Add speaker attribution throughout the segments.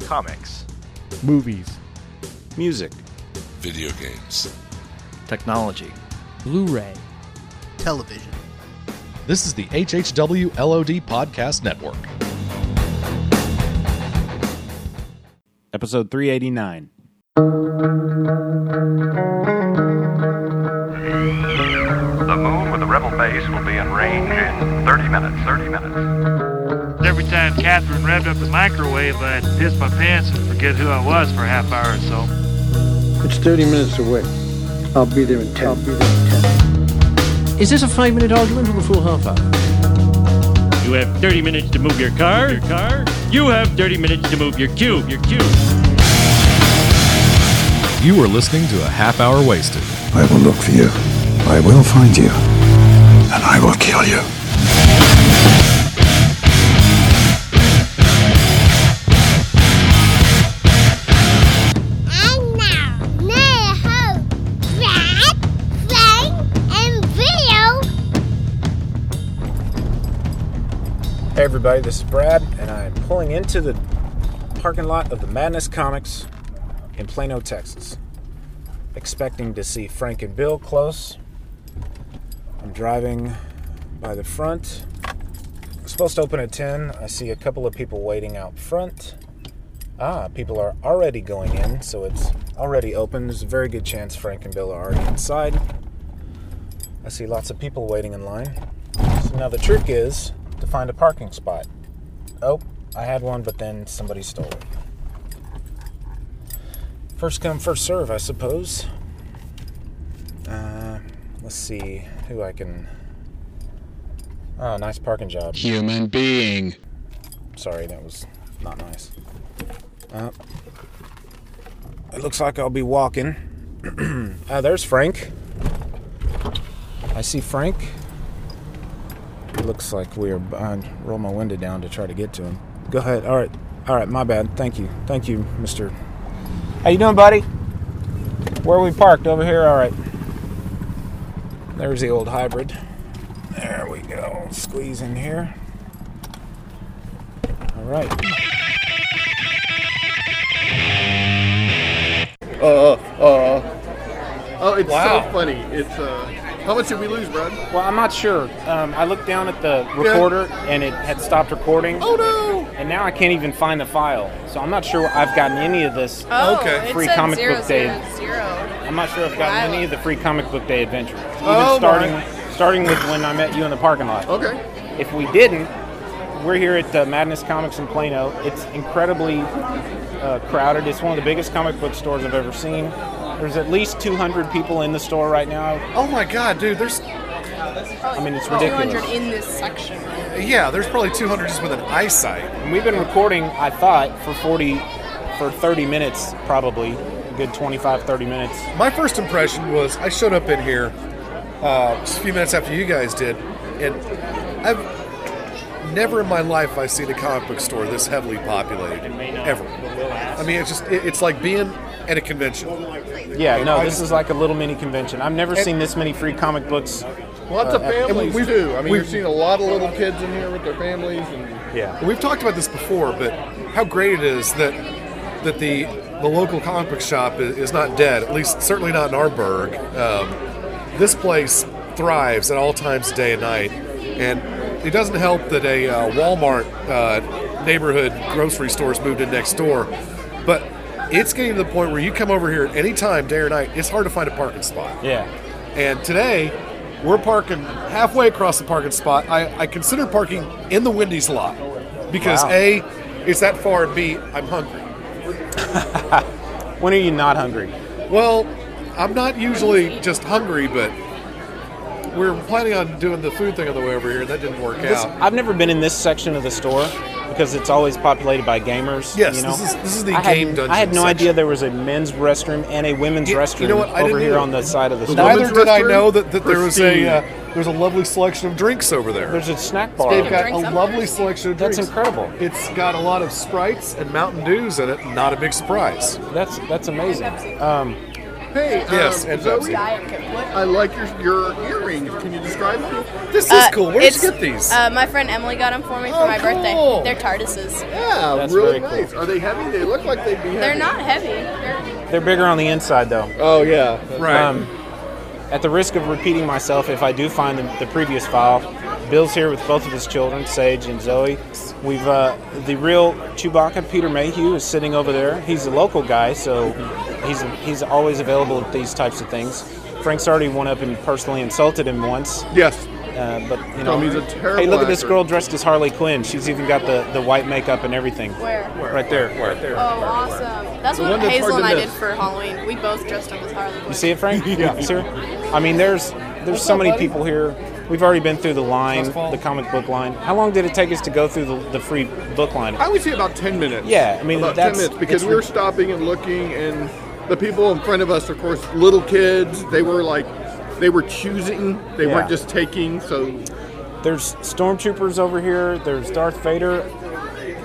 Speaker 1: comics,
Speaker 2: movies,
Speaker 3: music,
Speaker 4: video games.
Speaker 5: technology.
Speaker 6: Blu ray,
Speaker 7: television.
Speaker 8: This is the HHW LOD Podcast Network.
Speaker 3: Episode 389.
Speaker 9: The moon with the rebel base will be in range in 30 minutes. 30 minutes.
Speaker 10: Every time Catherine revved up the microwave, I'd piss my pants and forget who I was for a half hour or so.
Speaker 11: It's 30 minutes away. I'll be there in 10. I'll be there in 10.
Speaker 6: Is this a five minute argument or the full half hour?
Speaker 12: You have 30 minutes to move your car. Your car. You have 30 minutes to move your cube. Your cube.
Speaker 8: You are listening to a half hour wasted.
Speaker 13: I will look for you. I will find you. And I will kill you.
Speaker 14: And now, now hope that thing and video
Speaker 3: Hey, everybody, this is Brad, and I'm pulling into the parking lot of the Madness Comics in Plano, Texas. Expecting to see Frank and Bill close. I'm driving by the front. It's supposed to open at 10. I see a couple of people waiting out front. Ah, people are already going in, so it's already open. There's a very good chance Frank and Bill are already inside. I see lots of people waiting in line. So now the trick is to find a parking spot. Oh, I had one, but then somebody stole it. First come, first serve, I suppose. Uh, let's see who I can. Oh, nice parking job.
Speaker 15: Human being.
Speaker 3: Sorry, that was not nice. Uh, it looks like I'll be walking. Ah, there's Frank. I see Frank. It looks like we are. I roll my window down to try to get to him. Go ahead. All right. All right. My bad. Thank you. Thank you, Mister. How you doing, buddy? Where are we parked over here? All right. There's the old hybrid. There we go. Squeeze in here. All right.
Speaker 16: Uh, uh. Oh, it's
Speaker 3: Wow.
Speaker 16: so funny. It's uh, how much did we lose, Brad?
Speaker 3: Well, I'm not sure. Um, I looked down at the recorder and it had stopped recording. Oh
Speaker 16: no!
Speaker 3: And now I can't even find the file, so I'm not sure I've gotten any of this
Speaker 2: Oh,
Speaker 3: free comic book day. I'm not sure I've gotten any of the free comic book day adventure. Even
Speaker 16: Oh, my. Oh.
Speaker 3: starting starting with when I met you in the parking lot.
Speaker 16: Okay.
Speaker 3: If we didn't, we're here at uh, Madness Comics in Plano. It's incredibly uh, crowded. It's one of the biggest comic book stores I've ever seen. There's at least 200 people in the store right now.
Speaker 16: Oh my god, dude! There's
Speaker 3: I mean, it's
Speaker 2: oh,
Speaker 17: Probably
Speaker 3: ridiculous.
Speaker 17: 200 in this section.
Speaker 16: yeah, there's probably 200 just with an eyesight.
Speaker 3: And we've been recording, I thought, for 40, for 30 minutes probably, a good 25, 30 minutes.
Speaker 16: My first impression was I showed up in here uh, just a few minutes after you guys did, and I've never in my life I've seen a comic book store this heavily populated ever. I mean, it's just it, it's like being at a convention.
Speaker 3: Yeah, no,
Speaker 16: I
Speaker 3: this
Speaker 16: just-
Speaker 3: is like a little mini convention. I've never
Speaker 16: And-
Speaker 3: seen this many free comic books.
Speaker 16: Lots of
Speaker 3: uh, at-
Speaker 16: families too. I mean,
Speaker 3: we've-
Speaker 16: you've seen a lot of little kids in here with their families, and
Speaker 3: Yeah.
Speaker 16: We've talked about this before, but how great it is that that the the local comic book shop is, is not dead. At least, certainly not in our burg. Um, this place thrives at all times, of day and night, and it doesn't help that a uh, Walmart uh, neighborhood grocery store's moved in next door, but. It's getting to the point where you come over here at any time, day or night, it's hard to find a parking spot.
Speaker 3: Yeah.
Speaker 16: And today, we're parking halfway across the parking spot. I, I consider parking in the Wendy's lot because
Speaker 3: Wow.
Speaker 16: A, it's that far, and B, I'm hungry.
Speaker 3: When are you not hungry?
Speaker 16: Well, I'm not usually just hungry, but we are planning on doing the food thing on the way over here. That didn't work
Speaker 3: This-
Speaker 16: out.
Speaker 3: I've never been in this section of the store because it's always populated by gamers.
Speaker 16: Yes,
Speaker 3: you know?
Speaker 16: this is- this is the
Speaker 3: I had-
Speaker 16: game dungeon
Speaker 3: I had no
Speaker 16: section.
Speaker 3: idea there was a men's restroom and a women's restroom
Speaker 16: you know what? I
Speaker 3: over
Speaker 16: didn't
Speaker 3: here
Speaker 16: either.
Speaker 3: on the side of the store.
Speaker 16: Neither did I
Speaker 15: restroom?
Speaker 16: know that, that there was a
Speaker 15: Pristine.
Speaker 16: uh, there's a lovely selection of drinks over there.
Speaker 3: There's a snack bar.
Speaker 16: They've got a lovely selection of drinks.
Speaker 3: That's incredible.
Speaker 16: It's got a lot of Sprites and Mountain Dews in it. Not a big surprise.
Speaker 3: That's that's amazing. Um,
Speaker 16: Hey,
Speaker 18: Yes,
Speaker 16: um,
Speaker 18: and
Speaker 16: Zoe,
Speaker 18: Pepsi.
Speaker 16: I like your, your earrings. Can you describe them?
Speaker 18: This is
Speaker 2: Uh,
Speaker 18: cool. Where did you
Speaker 2: it's-
Speaker 18: get these?
Speaker 2: Uh, my friend Emily got them for me for
Speaker 16: Oh,
Speaker 2: my
Speaker 16: cool.
Speaker 2: birthday. They're TARDISes.
Speaker 16: Yeah,
Speaker 3: That's
Speaker 16: really
Speaker 3: very cool.
Speaker 16: nice. Are they heavy? They look like they'd be heavy.
Speaker 2: They're not heavy. They're-
Speaker 3: They're bigger on the inside, though.
Speaker 16: Oh yeah,
Speaker 3: right. Um, at the risk of repeating myself, if I do find the, the previous file, Bill's here with both of his children, Sage and Zoe. We've uh, the real Chewbacca, Peter Mayhew, is sitting over there. He's a local guy, so he's he's always available at these types of things. Frank's already went up and personally insulted him once.
Speaker 16: Yes.
Speaker 3: Uh, but you know,
Speaker 16: Tell me he's a terrible
Speaker 3: hey, look at this
Speaker 16: actor.
Speaker 3: girl dressed as Harley Quinn. She's even got the, the white makeup and everything.
Speaker 2: Where?
Speaker 3: Right there. Right
Speaker 2: Oh,
Speaker 3: there.
Speaker 2: awesome. That's
Speaker 3: The
Speaker 2: what
Speaker 3: one that's
Speaker 2: Hazel
Speaker 3: hard
Speaker 2: and
Speaker 3: to
Speaker 2: I
Speaker 3: miss.
Speaker 2: did for Halloween. We both dressed up as Harley Quinn.
Speaker 3: You see it, Frank? yeah. Sir? I mean, there's there's so many people here. We've already been through the line, the comic book line. How long did it take us to go through the, the free book line?
Speaker 16: I would say about ten minutes.
Speaker 3: Yeah, I mean
Speaker 16: about
Speaker 3: that's
Speaker 16: ten minutes because
Speaker 3: it's
Speaker 16: we were
Speaker 3: re-
Speaker 16: stopping and looking, and the people in front of us, of course, little kids. They were like, they were choosing. They
Speaker 3: Yeah.
Speaker 16: weren't just taking. So
Speaker 3: there's stormtroopers over here. There's Darth Vader.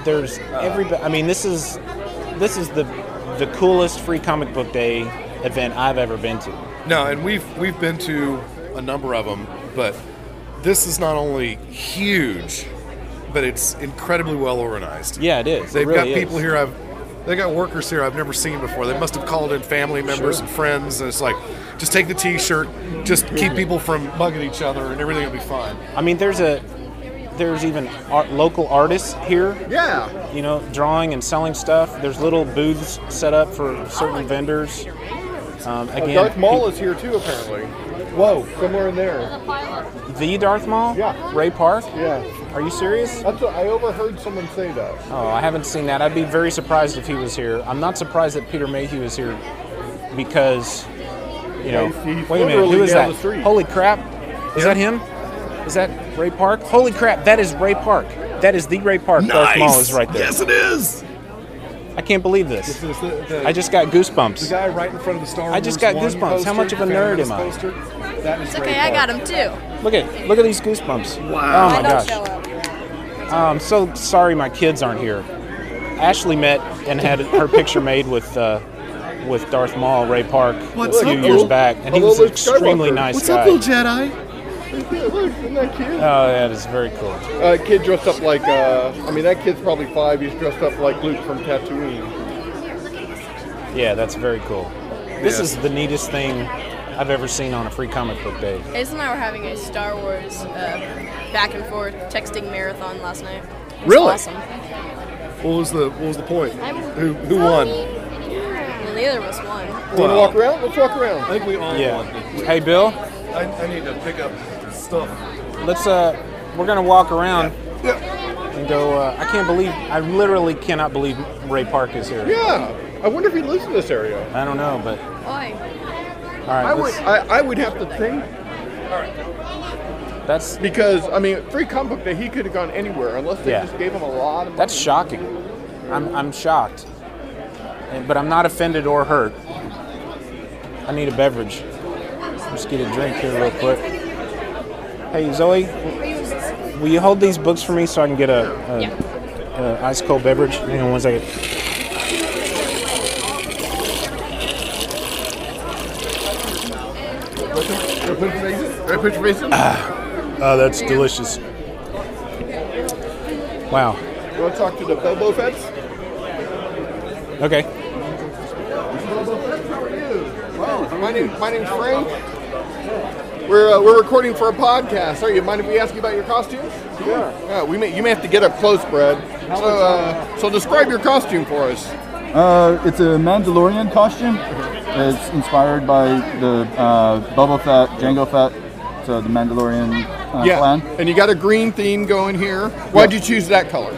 Speaker 3: There's
Speaker 18: Uh.
Speaker 3: everybody. I mean, this is this is the the coolest free comic book day event I've ever been to.
Speaker 18: No, and we've we've been to a number of them, but this is not only huge, but it's incredibly well organized.
Speaker 3: Yeah, it is. It
Speaker 18: They've
Speaker 3: really
Speaker 18: got
Speaker 3: is.
Speaker 18: people here. I've they got workers here I've never seen before. They must have called in family members
Speaker 3: Sure.
Speaker 18: and friends. And it's like, just take the T-shirt, just keep people from bugging each other, and everything will be fine.
Speaker 3: I mean, there's a there's even art, local artists here.
Speaker 16: Yeah.
Speaker 3: You know, drawing and selling stuff. There's little booths set up for certain vendors. Um,
Speaker 16: Uh,
Speaker 3: again,
Speaker 16: Darth Maul
Speaker 3: pe-
Speaker 16: is here too, apparently. Whoa, somewhere in there.
Speaker 3: the Darth Maul.
Speaker 16: Yeah.
Speaker 3: Ray Park.
Speaker 16: Yeah.
Speaker 3: Are you serious?
Speaker 16: That's what, I overheard someone say that.
Speaker 3: Oh, I haven't seen that. I'd be very surprised if he was here. I'm not surprised that Peter Mayhew is here because, you know,
Speaker 16: He's- he's
Speaker 3: wait a minute,
Speaker 16: literally
Speaker 3: who is
Speaker 16: down
Speaker 3: that?
Speaker 16: the street.
Speaker 3: Holy crap! Is that him? Is that Ray Park? Holy crap! That is Ray Park. That is the Ray Park. Darth Maul is right there.
Speaker 18: Yes, it is.
Speaker 3: I can't believe this.
Speaker 18: This is the- the-
Speaker 3: I just got
Speaker 18: The
Speaker 3: goosebumps.
Speaker 18: guy right in front of the Star Wars.
Speaker 3: I just got
Speaker 18: 1
Speaker 3: goosebumps.
Speaker 18: poster,
Speaker 3: How much of a nerd am I?
Speaker 18: Phantom's poster, that is
Speaker 2: It's
Speaker 18: Ray
Speaker 2: okay, I
Speaker 18: Park.
Speaker 2: got them too.
Speaker 3: Look at look at these goosebumps. Wow! Oh my
Speaker 2: I don't
Speaker 3: gosh!
Speaker 2: show up.
Speaker 3: I'm so sorry my kids aren't here. Ashley met and had her picture made with uh, with Darth Maul, Ray Park,
Speaker 18: What's
Speaker 3: a few
Speaker 18: up,
Speaker 3: years
Speaker 18: Luke?
Speaker 3: back, and he
Speaker 18: Hello,
Speaker 3: was an
Speaker 18: Luke
Speaker 3: extremely
Speaker 18: Skywalker.
Speaker 3: nice
Speaker 18: What's
Speaker 3: guy.
Speaker 18: up, little Jedi?
Speaker 16: Yeah, look, isn't that cute?
Speaker 3: Oh, that is very cool.
Speaker 16: Uh, kid dressed up like, uh, I mean, that kid's probably five. He's dressed up like Luke from Tatooine.
Speaker 3: Yeah, that's very cool. This
Speaker 16: Yeah.
Speaker 3: is the neatest thing I've ever seen on a free comic book day.
Speaker 2: Hazel and I were having a Star Wars uh, back and forth texting marathon last night. It was
Speaker 18: Really?
Speaker 2: Awesome.
Speaker 18: What was the What was the point? Who Who won?
Speaker 2: And neither of us won.
Speaker 16: Wanna walk around? Let's walk around.
Speaker 18: I think we all
Speaker 3: Yeah. Hey, Bill.
Speaker 18: I, I need to pick up stuff.
Speaker 3: Let's uh, we're gonna walk around. And go. Uh, I can't believe. I literally cannot believe Ray Park is here.
Speaker 16: Yeah. I wonder if he lives in this area.
Speaker 3: I don't know, but all right.
Speaker 16: I would,
Speaker 3: let's-
Speaker 16: I, I would have to think.
Speaker 3: That's
Speaker 16: because I mean, free comic book day. He could have gone anywhere unless they
Speaker 3: Yeah.
Speaker 16: just gave him a lot of money.
Speaker 3: That's shocking. I'm, I'm shocked. And- But I'm not offended or hurt. I need a beverage. Let's get a drink here real quick. Hey, Zoe, will you hold these books for me so I can get a, a, a ice cold beverage? Hang on one second. Ah, that's delicious. Wow.
Speaker 16: You want to talk to the Bobo Fets?
Speaker 3: Okay.
Speaker 16: Wow, my name, my name's Frank. We're uh, we're recording for a podcast. Sorry, you mind if we ask you about your costumes? Yeah. we may you may have to get up close, Brad. So uh, so describe your costume for us.
Speaker 1: Uh, it's a Mandalorian costume. It's inspired by the uh, Boba Fett, Jango Fett, so the Mandalorian uh,
Speaker 16: yeah.
Speaker 1: clan.
Speaker 16: And you got a green theme going here. Why'd you choose that color?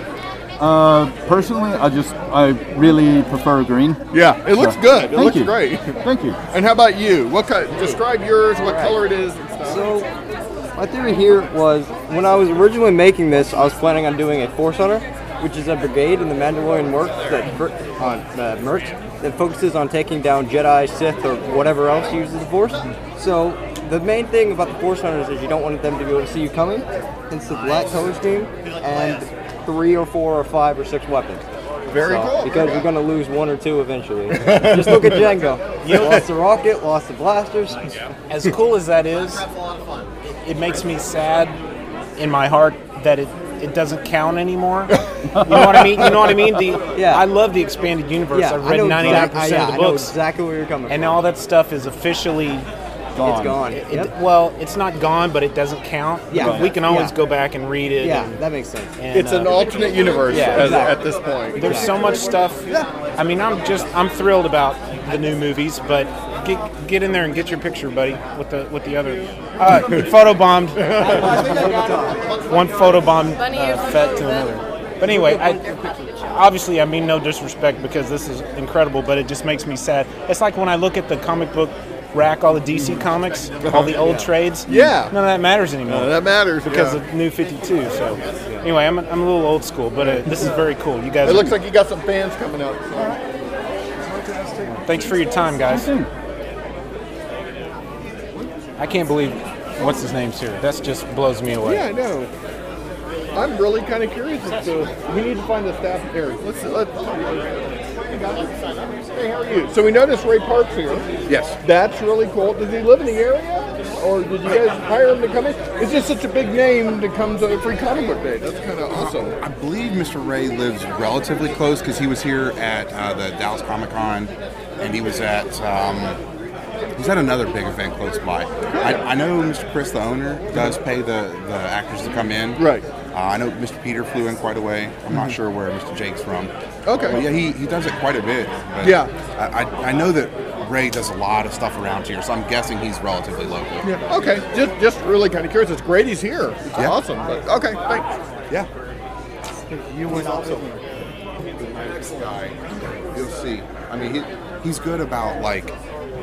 Speaker 1: Uh, personally, I just I really prefer green.
Speaker 16: Yeah, it looks
Speaker 1: So,
Speaker 16: good. It
Speaker 1: thank
Speaker 16: looks
Speaker 1: you.
Speaker 16: great.
Speaker 1: Thank you.
Speaker 16: And how about you? What co- describe yours? What color it is? And stuff.
Speaker 7: My theory here was when I was originally making this, I was planning on doing a Force Hunter, which is a brigade in the Mandalorian works that fir- on uh, mercs that focuses on taking down Jedi, Sith, or whatever else uses the Force. So the main thing about the Force Hunters is you don't want them to be able to see you coming. It's the black color scheme and three or four or five or six weapons.
Speaker 16: Very
Speaker 7: So,
Speaker 16: cool.
Speaker 7: Because we're going to lose one or two eventually. Just look at Django.
Speaker 3: You know-
Speaker 7: lost the rocket, lost the blasters.
Speaker 3: As cool as that is, it- it makes me sad in my heart that it, it doesn't count anymore. you know what I mean? You know what I mean? The,
Speaker 7: Yeah.
Speaker 3: I love the expanded universe.
Speaker 7: Yeah,
Speaker 3: I've
Speaker 7: I
Speaker 3: read
Speaker 7: know
Speaker 3: 99%
Speaker 7: exact- I- yeah,
Speaker 3: of
Speaker 7: I
Speaker 3: the
Speaker 7: know
Speaker 3: books.
Speaker 7: exactly where you're coming
Speaker 3: And
Speaker 7: from.
Speaker 3: all that stuff is officially gone.
Speaker 7: gone.
Speaker 3: It- it-
Speaker 7: Yep.
Speaker 3: Well, it's not gone, but it doesn't count.
Speaker 7: Yeah.
Speaker 3: We can always
Speaker 7: Yeah.
Speaker 3: go back and read it.
Speaker 7: Yeah,
Speaker 3: and-
Speaker 7: that makes sense.
Speaker 3: and,
Speaker 16: It's an
Speaker 3: uh,
Speaker 16: alternate universe
Speaker 3: yeah,
Speaker 16: as-
Speaker 3: exactly.
Speaker 16: at this point.
Speaker 3: There's so much stuff. I mean, I'm just I'm thrilled about the new movies, but get get in there and get your picture, buddy, with the with the other uh, photo bombed. One photo bomb uh, fed to another. But anyway, I, obviously I mean no disrespect because this is incredible, but it just makes me sad. It's like when I look at the comic book rack, all the DC comics, all the old
Speaker 16: Yeah.
Speaker 3: trades.
Speaker 16: Yeah.
Speaker 3: none of that matters anymore.
Speaker 16: None of Uh, that matters,
Speaker 3: because
Speaker 16: yeah.
Speaker 3: of New Fifty Two. So anyway, I'm, I'm a little old school, but uh, this is very cool. You guys,
Speaker 16: It looks like you got some fans coming up. so.
Speaker 3: Thanks for your time, guys. I can't believe what's his name's here. That just blows me away.
Speaker 16: Yeah, I know. I'm really kind of curious. As to, we need to find the staff here. Let's. let's hey, how are you? So we noticed Ray Parks here.
Speaker 1: Yes.
Speaker 16: That's really cool. Does he live in the area, or did you guys hire him to come in? It's just such a big name that comes on a free comic book day. That's kind of
Speaker 3: Uh-huh.
Speaker 16: awesome.
Speaker 1: I believe Mr. Ray lives relatively close because he was here at uh, the Dallas Comic Con, and he was at um, he's at another big event close by. I, I know Mr. Chris, the owner, does pay the, the actors to come in. Right. Uh, I know Mr. Peter flew in quite a way. I'm not
Speaker 16: Mhm.
Speaker 1: sure where Mr. Jake's from.
Speaker 16: Okay.
Speaker 1: But yeah, he, he does it quite a bit. But
Speaker 16: Yeah.
Speaker 1: I, I, I know that Ray does a lot of stuff around here, so I'm guessing he's relatively local.
Speaker 16: Yeah. Okay. Just, just really kind of curious. It's great he's here. It's
Speaker 1: Yeah.
Speaker 16: awesome. But, okay. Thanks.
Speaker 1: Yeah.
Speaker 16: You
Speaker 1: went also the next guy. You'll see. I mean, he, he's good about like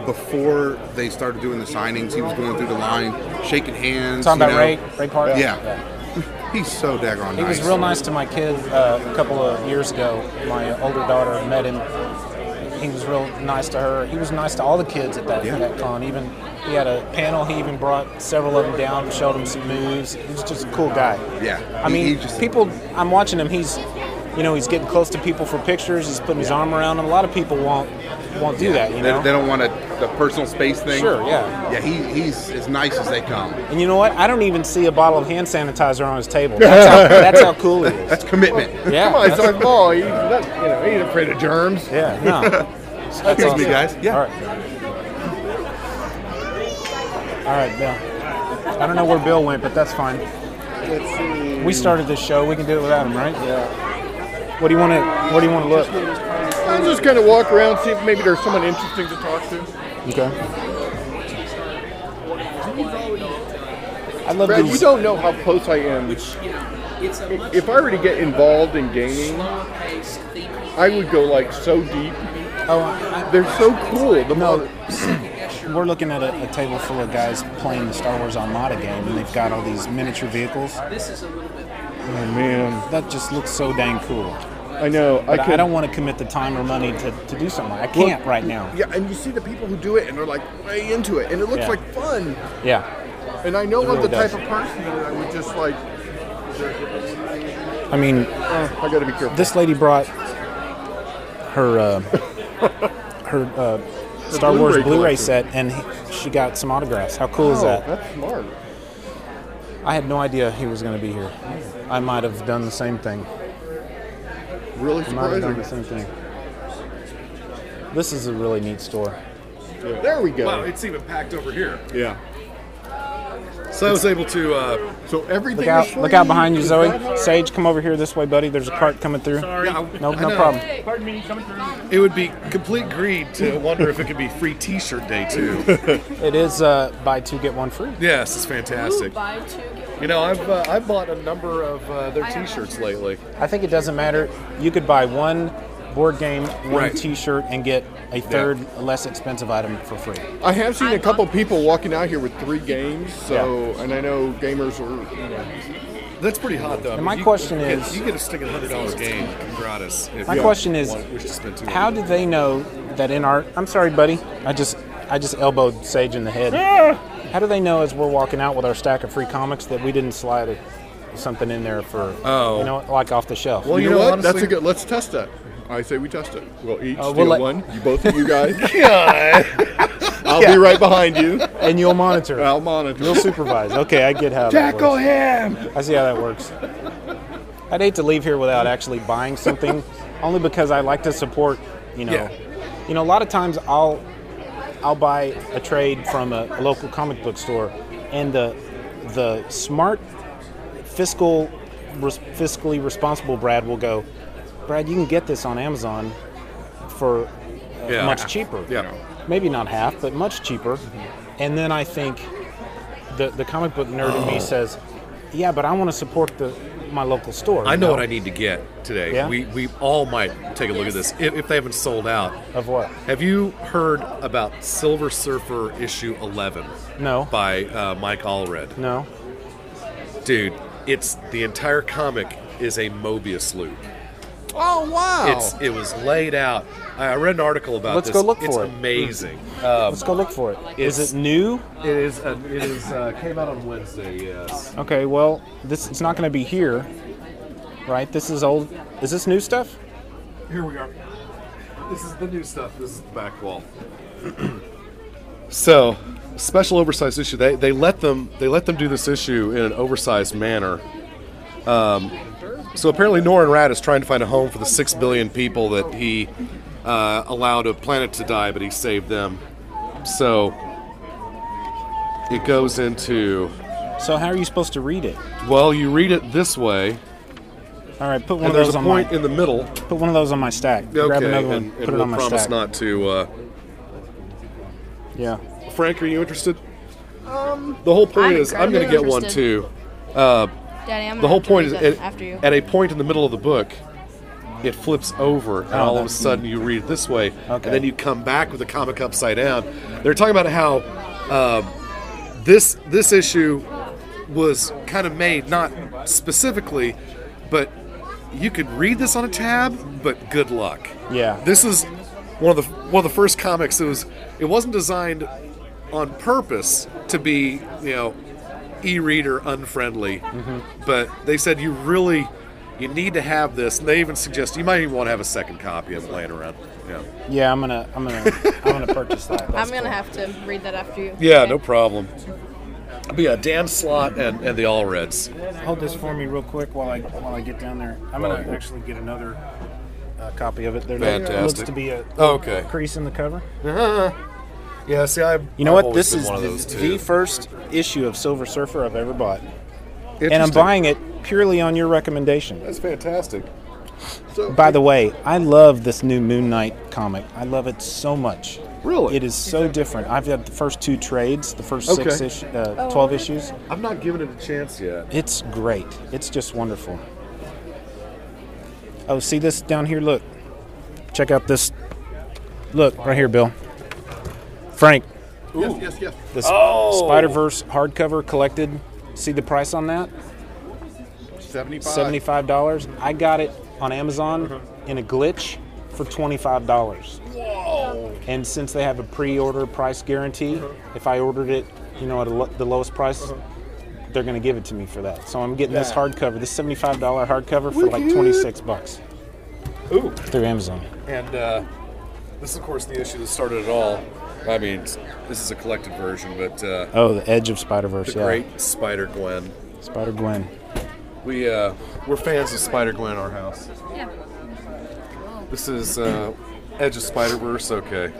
Speaker 1: before they started doing the signings, he was going through the line, shaking hands.
Speaker 3: Talking
Speaker 1: you
Speaker 3: about
Speaker 1: know.
Speaker 3: Ray- Ray Park?
Speaker 1: Yeah.
Speaker 3: Yeah.
Speaker 1: He's so daggone
Speaker 3: He
Speaker 1: nice.
Speaker 3: was real nice to my kid uh, a couple of years ago. My older daughter met him. He was real nice to her. He was nice to all the kids at that,
Speaker 1: Yeah.
Speaker 3: that con. Even he had a panel. He even brought several of them down, showed them some moves. He was just a cool guy.
Speaker 1: Yeah.
Speaker 3: I
Speaker 1: He-
Speaker 3: mean,
Speaker 1: he
Speaker 3: people. I'm watching him. He's, you know, he's getting close to people for pictures. He's putting his arm around them. A lot of people won't won't do that. You
Speaker 1: They-
Speaker 3: know,
Speaker 1: They, don't want a, the personal space thing.
Speaker 3: Sure, yeah.
Speaker 1: Yeah, he, he's as nice as they come.
Speaker 3: And you know what? I don't even see a bottle of hand sanitizer on his table. That's how, that's how cool it is.
Speaker 1: That's commitment.
Speaker 3: Yeah.
Speaker 16: Come on, it's
Speaker 3: that's-
Speaker 16: our ball. He's not, you know, he ain't afraid of germs.
Speaker 3: Yeah. No. That's
Speaker 16: Excuse me,
Speaker 3: awesome.
Speaker 16: guys.
Speaker 1: Yeah.
Speaker 3: All right. All right, Bill. I don't know where Bill went, but that's fine.
Speaker 16: Let's see.
Speaker 3: We started this show. We can do it without him, right? Yeah. What do you want to? What do you want to look?
Speaker 16: I'll just kind of walk around, see if maybe there's someone interesting to talk to.
Speaker 3: Okay. I love
Speaker 16: Brad,
Speaker 3: these-
Speaker 16: you don't know how close I am. If I were to get involved in gaming, I would go like so deep.
Speaker 3: Oh,
Speaker 16: they're so cool. The
Speaker 3: no, we're looking at a, a table full of guys playing the Star Wars Armada game, and they've got all these miniature vehicles. This is a little bit.
Speaker 16: Oh man,
Speaker 3: that just looks so dang cool.
Speaker 16: I know.
Speaker 3: But I,
Speaker 16: could-
Speaker 3: don't want to commit the time or money to, to do something. I can't
Speaker 16: Well,
Speaker 3: right now.
Speaker 16: Yeah, and you see the people who do it, and they're like way into it, and it looks
Speaker 3: Yeah.
Speaker 16: like fun.
Speaker 3: Yeah.
Speaker 16: And I know
Speaker 3: It
Speaker 16: I'm
Speaker 3: really
Speaker 16: the
Speaker 3: does.
Speaker 16: type of person that I would just like.
Speaker 3: I mean,
Speaker 16: I gotta be careful.
Speaker 3: This lady brought her uh, her uh,
Speaker 16: The
Speaker 3: Star Wars
Speaker 16: Blu-ray collection.
Speaker 3: Blu-ray set, and he, she got some autographs. How cool is
Speaker 16: Oh,
Speaker 3: that?
Speaker 16: That's smart.
Speaker 3: I had no idea he was going to be here. I might have done the same thing.
Speaker 16: Really
Speaker 3: I might have done the
Speaker 16: surprising.
Speaker 3: same thing. This is a really neat store.
Speaker 16: There we go.
Speaker 2: Wow, it's even packed over here.
Speaker 16: Yeah.
Speaker 2: So I was able to. Uh,
Speaker 16: so everything.
Speaker 3: Look out! Look out behind you, Zoe. Sage, come over here this way, buddy. There's a cart coming through. No, no problem.
Speaker 19: Pardon me, coming through.
Speaker 2: It would be complete greed to wonder if it could be free T-shirt day too.
Speaker 3: It is uh, buy two get one free.
Speaker 2: yes, it's fantastic. You know, I've uh, I've bought a number of uh, their T-shirts lately.
Speaker 3: I think it doesn't matter. You could buy one board game, one
Speaker 2: Right.
Speaker 3: T-shirt, and get a third less expensive item for free.
Speaker 16: I have seen a couple people walking out here with three games, so and I know gamers are. You know,
Speaker 2: That's pretty hot though.
Speaker 3: And my question
Speaker 2: you get-
Speaker 3: is-
Speaker 2: you get a sticking hundred dollars game gratis. if
Speaker 3: My
Speaker 2: you
Speaker 3: question is,
Speaker 2: want- wish to spend two
Speaker 3: how
Speaker 2: hundred.
Speaker 3: did they know that in our? I'm sorry, buddy. I just I just elbowed Sage in the head. How do they know as we're walking out with our stack of free comics that we didn't slide a, something in there for
Speaker 2: Oh.
Speaker 3: you know like off the shelf?
Speaker 16: Well, you, know, what? That's a good. Let's test that.
Speaker 1: I say we test it. We'll each
Speaker 3: Uh, we'll
Speaker 1: steal
Speaker 3: let-
Speaker 1: one. You both of you guys.
Speaker 3: God.
Speaker 1: I'll
Speaker 3: Yeah.
Speaker 1: be right behind you.
Speaker 3: And you'll monitor.
Speaker 1: I'll monitor.
Speaker 3: You'll supervise. Okay, I get how that
Speaker 1: Tackle
Speaker 3: works.
Speaker 1: him!
Speaker 3: I see how that works. I'd hate to leave here without actually buying something, only because I like to support. You know,
Speaker 16: Yeah.
Speaker 3: you know, a lot of times I'll I'll buy a trade from a, local comic book store, and the the smart fiscal res, fiscally responsible Brad will go, Brad, you can get this on Amazon for uh,
Speaker 16: Yeah.
Speaker 3: much cheaper.
Speaker 16: Yeah.
Speaker 3: Maybe not half, but much cheaper. And then I think the the comic book nerd
Speaker 16: Oh.
Speaker 3: in me says, yeah, but I want to support the my local store.
Speaker 16: I
Speaker 3: you
Speaker 16: know what I need to get today.
Speaker 3: Yeah?
Speaker 16: We, we all might take a look at this if, if they haven't sold out.
Speaker 3: Of what?
Speaker 16: Have you heard about Silver Surfer issue 11?
Speaker 3: No.
Speaker 16: By uh, Mike Allred.
Speaker 3: No.
Speaker 16: Dude, it's the entire comic is a Mobius loop.
Speaker 1: Oh wow!
Speaker 16: It's it was laid out. I I read an article about
Speaker 3: Let's
Speaker 16: this.
Speaker 3: go look
Speaker 16: it's
Speaker 3: for it.
Speaker 16: amazing.
Speaker 3: Let's go look for it. Is it new?
Speaker 16: It is. Uh, it is uh, came out on Wednesday. Yes.
Speaker 3: Okay, well, this it's not going to be here, right? This is old. Is this new stuff?
Speaker 16: Here we are. This is the new stuff. This is the back wall. So, special oversized issue. They they let them they let them do this issue in an oversized manner. Um, so apparently, Norrin Rat is trying to find a home for the six billion people that he uh, allowed a planet to die, but he saved them. So it goes into.
Speaker 3: So how are you supposed to read it?
Speaker 16: Well, you read it this way.
Speaker 3: All right, put one
Speaker 16: And
Speaker 3: of
Speaker 16: there's
Speaker 3: those
Speaker 16: a
Speaker 3: on
Speaker 16: point
Speaker 3: my
Speaker 16: in the middle.
Speaker 3: Put one of those on my stack. Grab another one.
Speaker 16: and,
Speaker 3: put
Speaker 16: and
Speaker 3: it
Speaker 16: we'll
Speaker 3: on my
Speaker 16: promise
Speaker 3: stack.
Speaker 16: not to. Uh,
Speaker 3: Yeah.
Speaker 16: Frank, are you interested? the whole point
Speaker 2: Um, I'm
Speaker 16: is I'm going to get
Speaker 2: incredibly
Speaker 16: one too.
Speaker 2: interested.
Speaker 16: Uh,
Speaker 2: Daddy, I'm
Speaker 16: the
Speaker 2: gonna
Speaker 16: whole
Speaker 2: have to
Speaker 16: point is
Speaker 2: read
Speaker 16: at,
Speaker 2: that after you.
Speaker 16: at a point in the middle of the book, it flips over, and
Speaker 3: Oh,
Speaker 16: all of a
Speaker 3: that's
Speaker 16: sudden you read it this way,
Speaker 3: Okay.
Speaker 16: and then you come back with the comic upside down. They're talking about how uh, this this issue was kind of made not specifically, but you could read this on a tab, but good luck.
Speaker 3: Yeah.
Speaker 16: This is one of the one of the first comics that was it wasn't designed on purpose to be, you know, e-reader unfriendly. But they said you really you need to have this. And they even suggest you might even want to have a second copy of it laying around. Yeah.
Speaker 3: Yeah, I'm gonna, I'm gonna, I'm gonna purchase that.
Speaker 2: I'm gonna have to read that after you.
Speaker 16: Yeah, no problem. But yeah, Dan Slot and, and the All Reds.
Speaker 3: Hold this for me real quick while I while I get down there. I'm gonna actually get another uh, copy of it. There looks
Speaker 16: Fantastic.
Speaker 3: to be a
Speaker 16: Oh, okay.
Speaker 3: crease in the cover.
Speaker 16: Yeah, see, I've
Speaker 3: You know
Speaker 16: I've
Speaker 3: what?
Speaker 16: always
Speaker 3: This
Speaker 16: been
Speaker 3: is
Speaker 16: one of those
Speaker 3: the,
Speaker 16: too.
Speaker 3: the first issue of Silver Surfer I've ever bought, and I'm
Speaker 16: Interesting.
Speaker 3: buying it purely on your recommendation.
Speaker 16: That's fantastic.
Speaker 3: By the way, I love this new Moon Knight comic. I love it so much.
Speaker 16: Really?
Speaker 3: It is so different. I've got the first two trades, the first
Speaker 16: Okay.
Speaker 3: six ish, uh, 12 issues.
Speaker 16: I'm not giving it a chance yet.
Speaker 3: It's great. It's just wonderful. Oh, see this down here? Look. Check out this. Look, right here, Bill. Frank,
Speaker 1: Yes, yes, yes.
Speaker 3: this Spider Verse hardcover collected. See the price on that?
Speaker 1: 75.
Speaker 3: Seventy-five dollars. I got it on
Speaker 1: Uh-huh.
Speaker 3: Amazon in a glitch for twenty-five dollars. And since they have a pre-order price guarantee,
Speaker 16: Uh-huh.
Speaker 3: if I ordered it, you know, at a lo- the lowest price, they're going to give it to me for that. So I'm getting this
Speaker 16: Yeah.
Speaker 3: hardcover, this seventy-five dollar hardcover for like
Speaker 16: Wicked.
Speaker 3: twenty-six bucks
Speaker 16: Ooh.
Speaker 3: through Amazon.
Speaker 16: And uh, this, of course, the issue that started it all. I mean, s- this is a collected version, but uh,
Speaker 3: Oh, the Edge of Spider
Speaker 16: the
Speaker 3: Verse. Yeah,
Speaker 16: great Spider Gwen.
Speaker 3: Spider Gwen.
Speaker 16: We uh, we're fans of Spider Gwen. Our house.
Speaker 14: Yeah.
Speaker 16: This is uh, Edge of Spider Verse. Okay.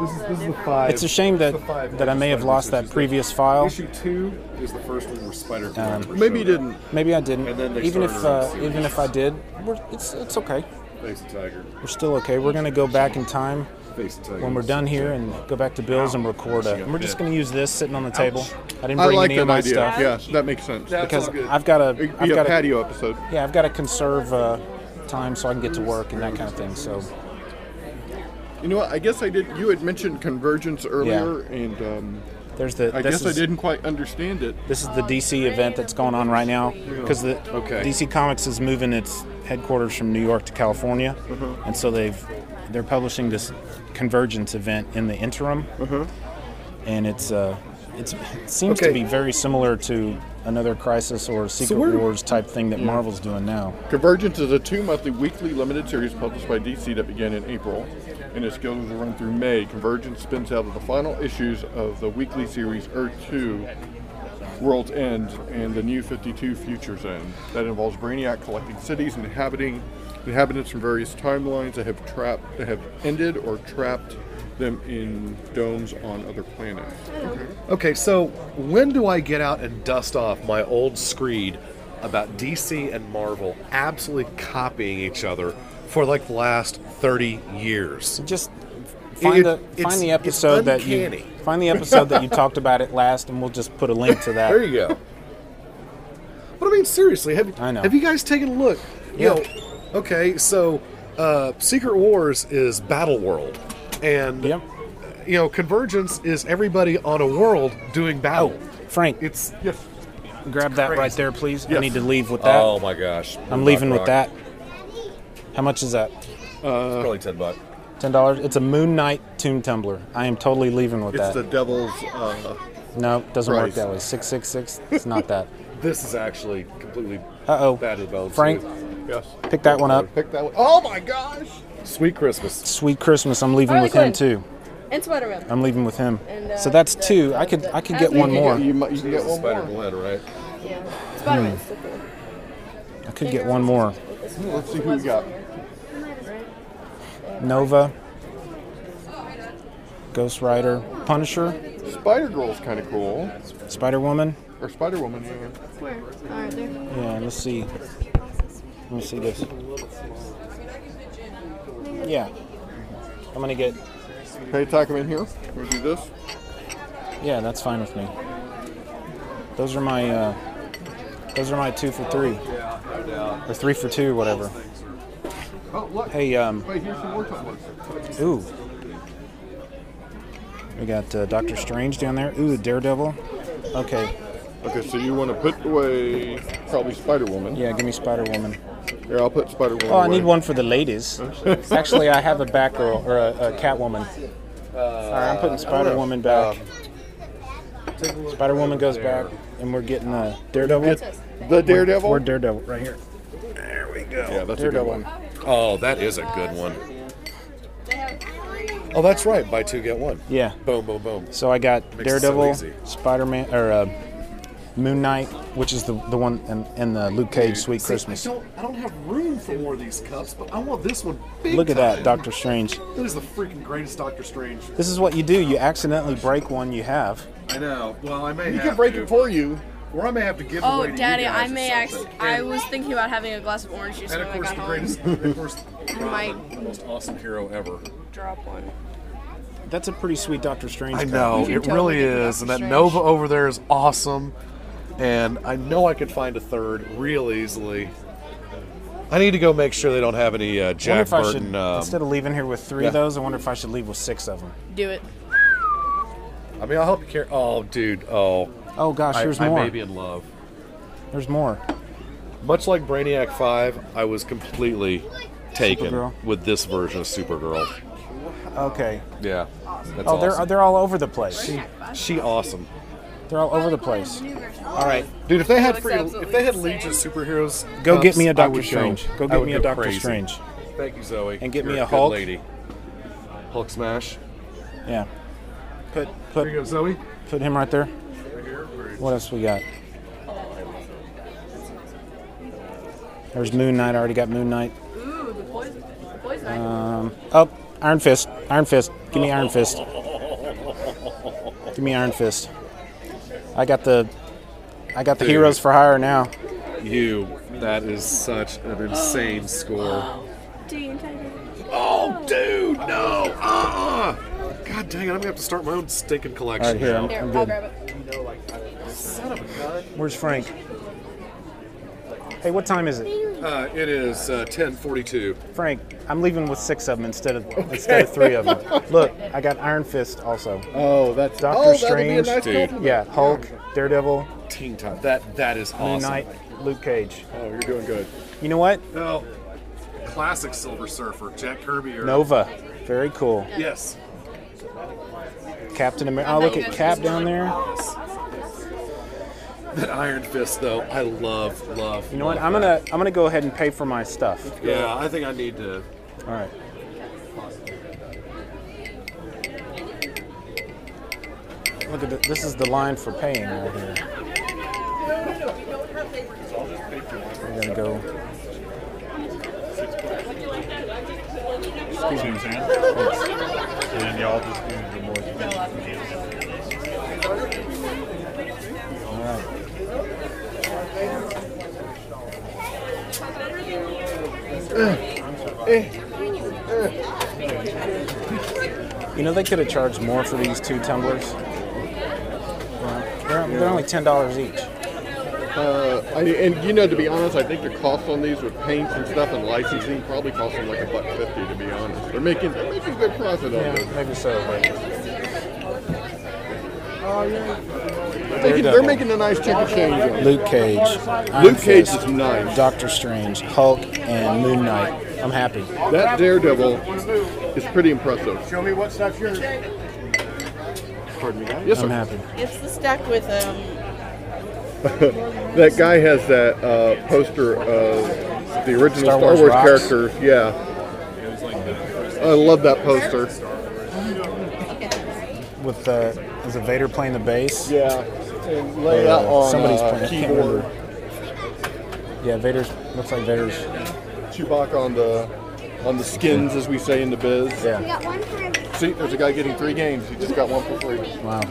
Speaker 16: This is, this is the five.
Speaker 3: It's a shame that that I may have lost that previous file.
Speaker 16: Issue two is the first one where Spider Gwen.
Speaker 3: Um,
Speaker 1: Maybe you didn't.
Speaker 3: Maybe I
Speaker 16: And then
Speaker 3: didn't.
Speaker 16: they
Speaker 3: Even if
Speaker 16: started
Speaker 3: uh,
Speaker 16: a series.
Speaker 3: even if I did, we're, it's it's okay.
Speaker 16: Face the Tiger.
Speaker 3: We're still okay. We're gonna go back in time
Speaker 16: Face the Tiger.
Speaker 3: when we're done here and go back to Bill's and record it. And we're just gonna use this sitting on the table. I didn't
Speaker 1: I
Speaker 3: bring
Speaker 1: like
Speaker 3: any of
Speaker 1: that
Speaker 3: my
Speaker 1: idea.
Speaker 3: stuff
Speaker 1: Yeah, that makes sense.
Speaker 3: because I've got to.
Speaker 1: It'd
Speaker 3: I've
Speaker 1: be a
Speaker 3: got to-
Speaker 1: patio episode.
Speaker 3: Yeah, I've got to conserve uh, time so I can get to work and that kind of thing. So
Speaker 1: You know what? I guess I did. You had mentioned convergence earlier, and um,
Speaker 3: there's the.
Speaker 1: I
Speaker 3: this
Speaker 1: guess I
Speaker 3: is-
Speaker 1: didn't quite understand it.
Speaker 3: This is the DC event that's going on right now because the
Speaker 1: Okay.
Speaker 3: DC Comics is moving its headquarters from New York to California,
Speaker 16: Mm-hmm.
Speaker 1: Mhm.
Speaker 3: and so they've they're
Speaker 16: Mm-hmm.
Speaker 3: publishing this convergence event in the interim, and it's uh, it's, it seems to be very similar to another Crisis or Secret
Speaker 1: where-
Speaker 3: Wars type thing that Marvel's doing now.
Speaker 1: Convergence is a two-monthly weekly limited series published by DC that began in April and is scheduled to run through May. Convergence spins out of the final issues of the weekly series Earth 2, World's End, and the New 52 Futures End. That involves Brainiac collecting cities and inhabiting inhabitants from various timelines that have trapped that have ended or trapped them in domes on other planets.
Speaker 16: Okay, so when do I get out and dust off my old screed about DC and Marvel absolutely copying each other for like the last 30 years?
Speaker 3: Just Find, the, find the episode that you
Speaker 16: uncanny.
Speaker 3: find the episode that you talked about it last, and we'll just put a link to that.
Speaker 16: There you go. But I mean, seriously, have
Speaker 3: I know.
Speaker 16: have you guys taken a look? You
Speaker 3: Yeah.
Speaker 16: know, okay, so uh, Secret Wars is Battle World, and you know, Convergence is everybody on a world doing battle.
Speaker 3: Frank,
Speaker 16: it's
Speaker 3: grab that right there, please. I
Speaker 16: Yes.
Speaker 3: need to leave with that.
Speaker 16: Oh my gosh.
Speaker 3: I'm leaving
Speaker 16: Rock,
Speaker 3: with
Speaker 16: rock.
Speaker 3: that. How much is that?
Speaker 1: Uh,
Speaker 16: probably ten bucks.
Speaker 3: Ten dollars. It's a Moon Knight Tomb Tumbler. I am totally leaving with
Speaker 1: It's
Speaker 3: that.
Speaker 1: the devil's. Uh,
Speaker 3: no, doesn't work
Speaker 1: price.
Speaker 3: that way. Six six six. It's not that.
Speaker 16: This is actually completely
Speaker 3: Uh oh.
Speaker 16: bad to the bone.
Speaker 3: Frank,
Speaker 1: Yes.
Speaker 3: pick that one up.
Speaker 1: Pick that one. Oh my gosh!
Speaker 16: Sweet Christmas.
Speaker 3: Sweet Christmas. I'm leaving
Speaker 2: Harley
Speaker 3: with him
Speaker 2: Quinn.
Speaker 3: too.
Speaker 2: And Spider Man.
Speaker 3: I'm leaving with him.
Speaker 2: And, uh,
Speaker 3: so that's two. I could I could get
Speaker 2: Hasbro.
Speaker 3: one more.
Speaker 1: You, might- you can get one
Speaker 16: Spider
Speaker 1: more.
Speaker 16: Glenn, right?
Speaker 2: Yeah. Spider Man's still cool.
Speaker 3: I could get one more.
Speaker 1: Let's see who we got.
Speaker 3: Nova. Ghost Rider. Punisher.
Speaker 1: Spider Girl's kind of cool.
Speaker 3: Spider Woman.
Speaker 1: Or Spider Woman, yeah.
Speaker 2: Where? Alright, there.
Speaker 3: Yeah. Let's see. Let me see this. Yeah. I'm gonna get.
Speaker 1: Can I tack them in here? Or do this?
Speaker 3: Yeah, that's fine with me. Those are my uh, those are my two for three, or three for two, whatever.
Speaker 1: Oh, look.
Speaker 3: Hey, um,
Speaker 1: Wait, here's some more tumblers.
Speaker 3: ooh, we got uh, Doctor Strange down there. Ooh, Daredevil. Okay,
Speaker 1: Okay, so you want to put away probably Spider Woman.
Speaker 3: yeah, give me Spider Woman.
Speaker 1: Here, I'll put Spider Woman.
Speaker 3: Oh, I need one for the ladies. Actually, I have a Batgirl or a, a Catwoman. All right, I'm putting Spider Woman back. Spider Woman goes back, and we're getting uh, Daredevil.
Speaker 1: The Daredevil?
Speaker 3: We're, we're Daredevil right here.
Speaker 1: Yeah, that's a good
Speaker 3: Daredevil.
Speaker 1: one.
Speaker 16: Oh, that is a good one. Oh, that's right. Buy two get one.
Speaker 3: Yeah.
Speaker 16: Boom, boom, boom.
Speaker 3: So I got
Speaker 16: Makes it so
Speaker 3: Daredevil,
Speaker 16: easy.
Speaker 3: Spider Man, or uh, Moon Knight, which is the the one in, in the Luke Cage Sweet
Speaker 16: See,
Speaker 3: Christmas.
Speaker 16: I don't, I don't have room for more of these cups, but I want this one. Big
Speaker 3: Look at that,
Speaker 16: time.
Speaker 3: Doctor Strange.
Speaker 16: That is the freaking greatest Doctor Strange.
Speaker 3: This is what you do. You accidentally break one you have.
Speaker 16: I know. Well, I may.
Speaker 1: He
Speaker 16: have
Speaker 1: can break
Speaker 16: to,
Speaker 1: it for you.
Speaker 16: Or I may have to give
Speaker 2: Oh,
Speaker 16: away to
Speaker 2: Daddy,
Speaker 16: you
Speaker 2: I
Speaker 16: guys or
Speaker 2: may
Speaker 16: something.
Speaker 2: actually. I
Speaker 16: And-
Speaker 2: was thinking about having a glass of orange juice
Speaker 16: And
Speaker 2: when
Speaker 16: of
Speaker 2: I
Speaker 16: course,
Speaker 2: got
Speaker 16: the
Speaker 2: home.
Speaker 16: greatest, of course,
Speaker 2: Mike.
Speaker 16: Robin, the most awesome hero ever.
Speaker 2: Drop one.
Speaker 3: That's a pretty sweet Doctor Strange.
Speaker 16: I
Speaker 3: cup.
Speaker 16: know
Speaker 2: You should
Speaker 16: it
Speaker 2: totally
Speaker 16: really
Speaker 2: get the
Speaker 16: is, and that
Speaker 2: Doctor
Speaker 16: Nova over there is awesome. And I know I could find a third real easily. I need to go make sure they don't have any uh,
Speaker 3: I wonder
Speaker 16: Jack
Speaker 3: if I
Speaker 16: Burton.
Speaker 3: should,
Speaker 16: um,
Speaker 3: instead of leaving here with three
Speaker 16: yeah.
Speaker 3: of those, I wonder if I should leave with six of them.
Speaker 2: Do it.
Speaker 16: I mean, I'll help you carry. Oh, dude. Oh.
Speaker 3: Oh gosh,
Speaker 16: I-
Speaker 3: here's
Speaker 16: I
Speaker 3: more.
Speaker 16: may be in love.
Speaker 3: There's more.
Speaker 16: Much like Brainiac 5, I was completely taken
Speaker 3: Supergirl.
Speaker 16: with this version of Supergirl.
Speaker 3: Okay.
Speaker 16: Yeah. That's
Speaker 3: oh, they're
Speaker 16: awesome.
Speaker 3: they're all over the place.
Speaker 16: she awesome.
Speaker 3: They're all over the place.
Speaker 16: All right. Dude, if they had
Speaker 2: Looks
Speaker 16: free, if
Speaker 2: absolutely
Speaker 16: they had
Speaker 2: insane.
Speaker 16: Legion superheroes,
Speaker 3: Go get
Speaker 16: cups,
Speaker 3: me a
Speaker 16: I
Speaker 3: Doctor
Speaker 16: would
Speaker 3: Strange. Go
Speaker 16: I
Speaker 3: get
Speaker 16: would
Speaker 3: me a
Speaker 16: go
Speaker 3: Doctor
Speaker 16: crazy.
Speaker 3: Strange.
Speaker 16: Thank you, Zoe.
Speaker 3: And get me
Speaker 16: You're
Speaker 3: a
Speaker 16: good
Speaker 3: Hulk.
Speaker 16: lady. Hulk smash.
Speaker 3: Yeah. Put put
Speaker 16: There you go, Zoe.
Speaker 3: Put him right there. What else we got? There's Moon Knight. I already got Moon Knight.
Speaker 2: Ooh, the poison. Poison.
Speaker 3: Um, oh, Iron Fist. Iron Fist. Give me Iron Fist. Give me Iron Fist. I got the, I got the
Speaker 16: Dude.
Speaker 3: heroes for hire now.
Speaker 16: You. That is such an insane score.
Speaker 2: Dean, thank you.
Speaker 16: Oh, dude, no! Uh-uh. God dang it! I'm gonna have to start my own stinking collection.
Speaker 3: All right, here, I'm-
Speaker 2: Here,
Speaker 3: I'm good.
Speaker 2: I'll grab it.
Speaker 16: Son of a gun.
Speaker 3: Where's Frank? Hey, what time is it,
Speaker 16: Uh, it is uh, 10:42.
Speaker 3: Frank? I'm leaving with six of them instead of instead of three of them. Look, I got Iron Fist also.
Speaker 1: Oh, that's
Speaker 3: Doctor
Speaker 1: oh, that'd be a
Speaker 3: Strange.
Speaker 1: nice
Speaker 16: Dude.
Speaker 1: compliment.
Speaker 3: yeah, Hulk, Daredevil,
Speaker 16: Teen time. That that is awesome.
Speaker 3: Moon Knight, Luke Cage.
Speaker 16: Oh, you're doing good.
Speaker 3: You know what?
Speaker 16: No, classic Silver Surfer, Jack Kirby. Or,
Speaker 3: Nova. Very cool.
Speaker 16: Yes.
Speaker 3: Captain America. Oh, look at Cap down there.
Speaker 16: That Iron Fist, though, I love, love.
Speaker 3: You know what? I'm gonna I'm gonna go ahead and pay for my stuff.
Speaker 16: Yeah, I think I need to.
Speaker 3: All right. Look at the, this is the line for paying right here. We're gonna go.
Speaker 17: Excuse me, Sam. And then y'all just do the more.
Speaker 3: All right. You know they could have charged more for these two tumblers. They're, they're only ten dollars each.
Speaker 1: Uh, I, and you know, to be honest, I think the cost on these with paints and stuff and licensing probably cost them like a buck fifty. To be honest, they're making they're making good profit on
Speaker 3: Yeah,
Speaker 1: this.
Speaker 3: maybe so. But
Speaker 1: Oh yeah. They
Speaker 3: Daredevil.
Speaker 1: can, they're making a nice chunk of change. on it.
Speaker 3: Luke Cage,
Speaker 1: Luke Cage is nice.
Speaker 3: Doctor Strange, Hulk, and Moon Knight. I'm happy.
Speaker 1: That Daredevil is pretty impressive.
Speaker 20: Show me what stuff's yours.
Speaker 1: Pardon me, guys. Yes,
Speaker 3: I'm
Speaker 1: sir.
Speaker 3: happy.
Speaker 21: It's the stack with um.
Speaker 1: that guy has that uh, poster of the original
Speaker 3: Star
Speaker 1: Star
Speaker 3: Wars
Speaker 1: Wars,
Speaker 3: rocks.
Speaker 1: characters. Yeah. I love that poster.
Speaker 3: With uh, is it Vader playing the bass?
Speaker 1: Yeah. And lay out on
Speaker 3: somebody's
Speaker 1: uh,
Speaker 3: playing. I can't
Speaker 1: keyboard.
Speaker 3: remember. Yeah, Vader's looks like Vader's.
Speaker 1: Chewbacca on the on the skins, as we say in the biz.
Speaker 3: Yeah.
Speaker 14: one for
Speaker 1: See, there's a guy getting three games. He just got one for free.
Speaker 3: Wow.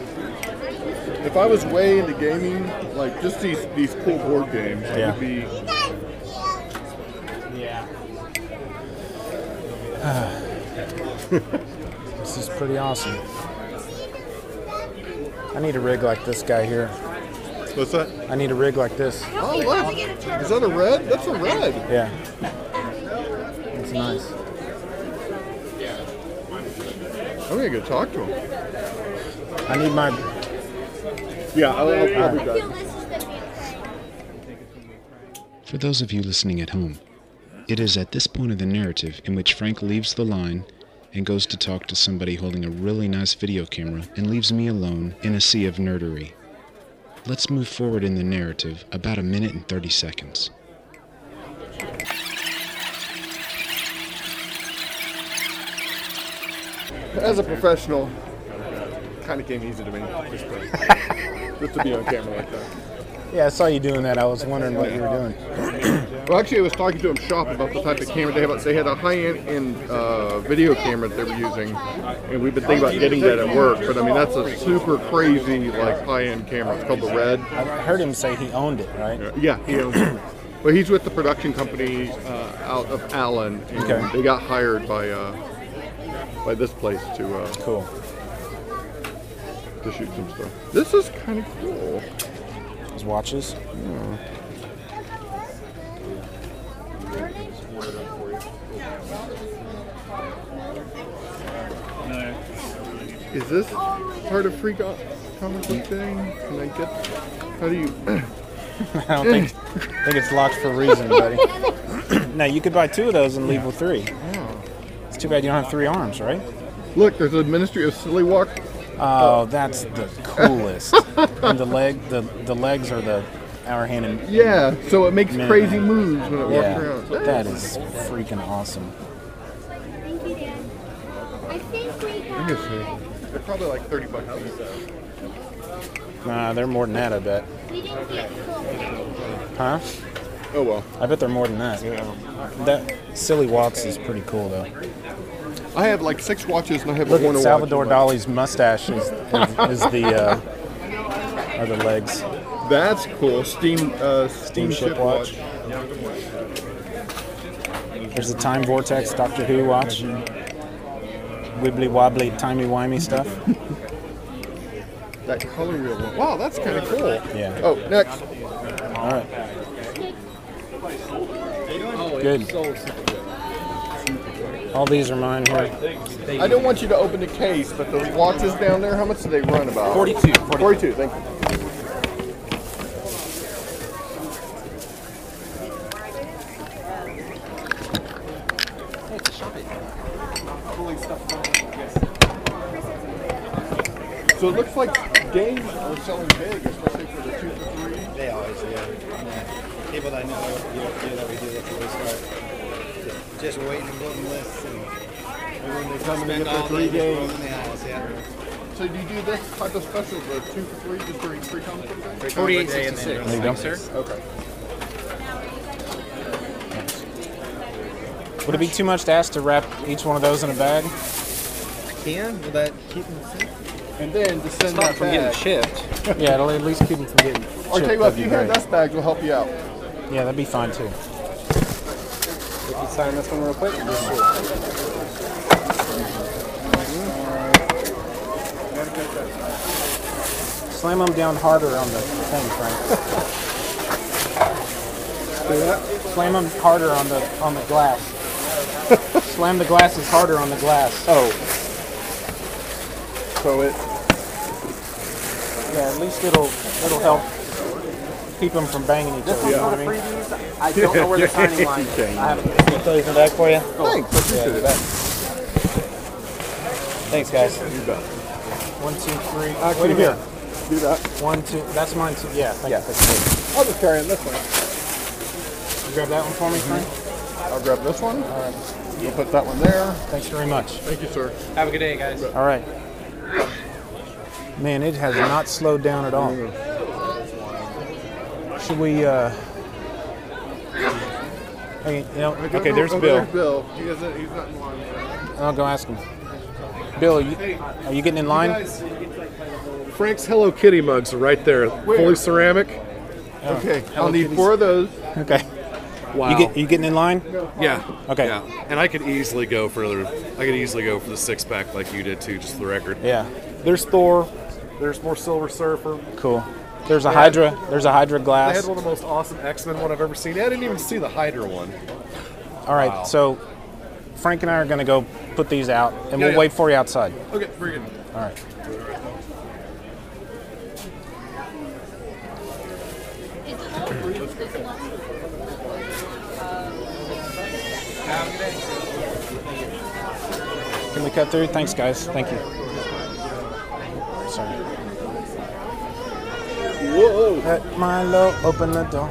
Speaker 1: If I was way into gaming, like just these these cool board games, I
Speaker 3: Yeah.
Speaker 1: would be.
Speaker 14: Yeah.
Speaker 3: This is pretty awesome. I need a rig like this guy here.
Speaker 1: What's that?
Speaker 3: I need a rig like this.
Speaker 1: Oh, look! Is that a red? That's a red.
Speaker 3: Yeah. It's nice.
Speaker 1: I'm gonna go talk to him.
Speaker 3: I need my.
Speaker 1: Yeah, I'll, I'll, I'll be
Speaker 14: I feel
Speaker 1: back.
Speaker 14: this is the
Speaker 22: For those of you listening at home, it is at this point of the narrative in which Frank leaves the line and goes to talk to somebody holding a really nice video camera and leaves me alone in a sea of nerdery. Let's move forward in the narrative about a minute and 30 seconds.
Speaker 1: As a professional, kind of came easy to me. Just to, just to be on camera like that.
Speaker 3: Yeah, I saw you doing that. I was wondering what you were doing.
Speaker 1: Well, actually, I was talking to him shop about the type of camera they have. They had a high-end in, uh, video camera that they were using, and we've been thinking about getting that at work. But I mean, that's a super crazy like high-end camera. It's called the Red.
Speaker 3: I heard him say he owned it, right?
Speaker 1: Yeah, he owns it. But he's with the production company uh, out of Allen, and
Speaker 3: Okay.
Speaker 1: they got hired by uh, by this place to uh,
Speaker 3: cool
Speaker 1: to shoot some stuff. This is kind of cool.
Speaker 3: His watches.
Speaker 1: Is this part of free co- comic book thing? Can I get? How do you?
Speaker 3: I don't think, think it's locked for a reason, buddy. now you could buy two of those and leave with three. It's too bad you don't have three arms, right?
Speaker 1: Look, there's a Ministry of Silly Walk.
Speaker 3: Oh, that's the coolest. and the leg, the the legs are the our hand and
Speaker 1: Yeah, so it makes
Speaker 3: Man.
Speaker 1: crazy moves when it
Speaker 3: yeah,
Speaker 1: walks around.
Speaker 3: that is freaking awesome.
Speaker 14: Thank you, Dad. I think we
Speaker 1: Let
Speaker 14: got
Speaker 1: me see. They're probably like thirty bucks.
Speaker 3: Nah, they're more than that, I bet.
Speaker 14: We didn't get full.
Speaker 3: Huh?
Speaker 1: Oh well.
Speaker 3: I bet they're more than that. That silly walks is pretty cool though.
Speaker 1: I have like six watches and I have
Speaker 3: Look
Speaker 1: one
Speaker 3: at
Speaker 1: watch.
Speaker 3: Salvador Dali's mustache is, is, is the uh, are the legs.
Speaker 1: That's cool. Steam uh, steamship
Speaker 3: Steamship
Speaker 1: watch.
Speaker 3: watch. There's a time vortex Doctor Who watch. Wibbly wobbly timey wimey stuff.
Speaker 1: That color wheel one. Wow, that's kind of cool.
Speaker 3: Yeah.
Speaker 1: Oh, next.
Speaker 3: All right.
Speaker 1: Oh,
Speaker 3: Good. All these are mine here.
Speaker 1: I don't want you to open the case, but the watches down there, how much do they run about?
Speaker 3: 42,
Speaker 1: 42, thank you. So it looks like games are selling big, especially for the two for three.
Speaker 20: They always do. Yeah. People that know you know, do that we do that we start just waiting and building lists and when they come and get their three games.
Speaker 1: So do you do this type of special, the two for three, just during free comic book day?
Speaker 20: 48.66.
Speaker 3: There you go.
Speaker 1: Okay.
Speaker 3: Would it be too much to ask to wrap each one of those in a bag?
Speaker 20: Can will that keep them safe?
Speaker 1: And then to send
Speaker 20: Stop
Speaker 1: that
Speaker 20: from getting
Speaker 1: back.
Speaker 20: shipped.
Speaker 3: Yeah, it'll at least keep them from getting.
Speaker 1: Or
Speaker 3: chipped.
Speaker 1: tell you what,
Speaker 3: That'd
Speaker 1: if
Speaker 3: be
Speaker 1: you hand
Speaker 3: great.
Speaker 1: us bags, we'll help you out.
Speaker 3: Yeah, that'd be fine too. If you sign this one real quick. Mm-hmm. Slam them down harder on the thing, Frank. Do that. Slam them harder on the on the glass. Slam the glasses harder on the glass.
Speaker 1: Oh. So it.
Speaker 3: Yeah, at least it'll it'll help keep them from banging each
Speaker 20: This
Speaker 3: other.
Speaker 20: one's
Speaker 3: you know
Speaker 20: for
Speaker 3: what
Speaker 20: the freebies. I don't know where the
Speaker 3: I mean?
Speaker 20: signing line is. I haven't- Can I throw these in the bag for you?
Speaker 1: Thanks. Appreciate it.
Speaker 3: Thanks, guys. You bet. One, two, three. Wait a minute.
Speaker 1: Do that.
Speaker 3: One, two. That's mine too. Yeah. Thank
Speaker 1: I'll just carry it this way.
Speaker 3: You grab that one for me, Frank.
Speaker 1: Mm-hmm. I'll grab this one. All right. We'll put that one there.
Speaker 3: Thanks very much.
Speaker 1: Thank you, sir.
Speaker 20: Have a good day, guys.
Speaker 3: All right. Man, it has not slowed down at all.
Speaker 1: Mm-hmm.
Speaker 3: Should we? uh Hey, you know,
Speaker 1: I don't
Speaker 3: okay.
Speaker 1: know-
Speaker 3: There's
Speaker 1: oh,
Speaker 3: Bill.
Speaker 1: Bill. He doesn't. He's not in line.
Speaker 3: I'll go ask him. Bill, are you, are you getting in line?
Speaker 16: Frank's Hello Kitty mugs are right there, fully ceramic. Oh,
Speaker 1: Okay, I'll need four of those.
Speaker 3: Okay.
Speaker 16: Wow.
Speaker 3: You,
Speaker 1: Oh.
Speaker 3: get, you getting in line?
Speaker 16: Yeah.
Speaker 3: Okay.
Speaker 16: Yeah. And I could easily go for the I could easily go for the six pack like you did too, just for the record.
Speaker 3: Yeah. There's Thor.
Speaker 16: There's more Silver Surfer.
Speaker 3: Cool. There's a
Speaker 16: Yeah.
Speaker 3: Hydra. There's a Hydra
Speaker 16: I
Speaker 3: glass.
Speaker 16: had one of the most awesome X Men one I've ever seen. I didn't even see the Hydra one.
Speaker 3: All right,
Speaker 16: Wow.
Speaker 3: so Frank and I are going to go put these out, and
Speaker 16: Yeah,
Speaker 3: we'll
Speaker 16: yeah.
Speaker 3: wait for you outside.
Speaker 16: Okay, very good.
Speaker 3: All right. Can we cut through? Thanks, guys. Thank you. Sorry.
Speaker 1: Whoa!
Speaker 3: Let Milo open the door.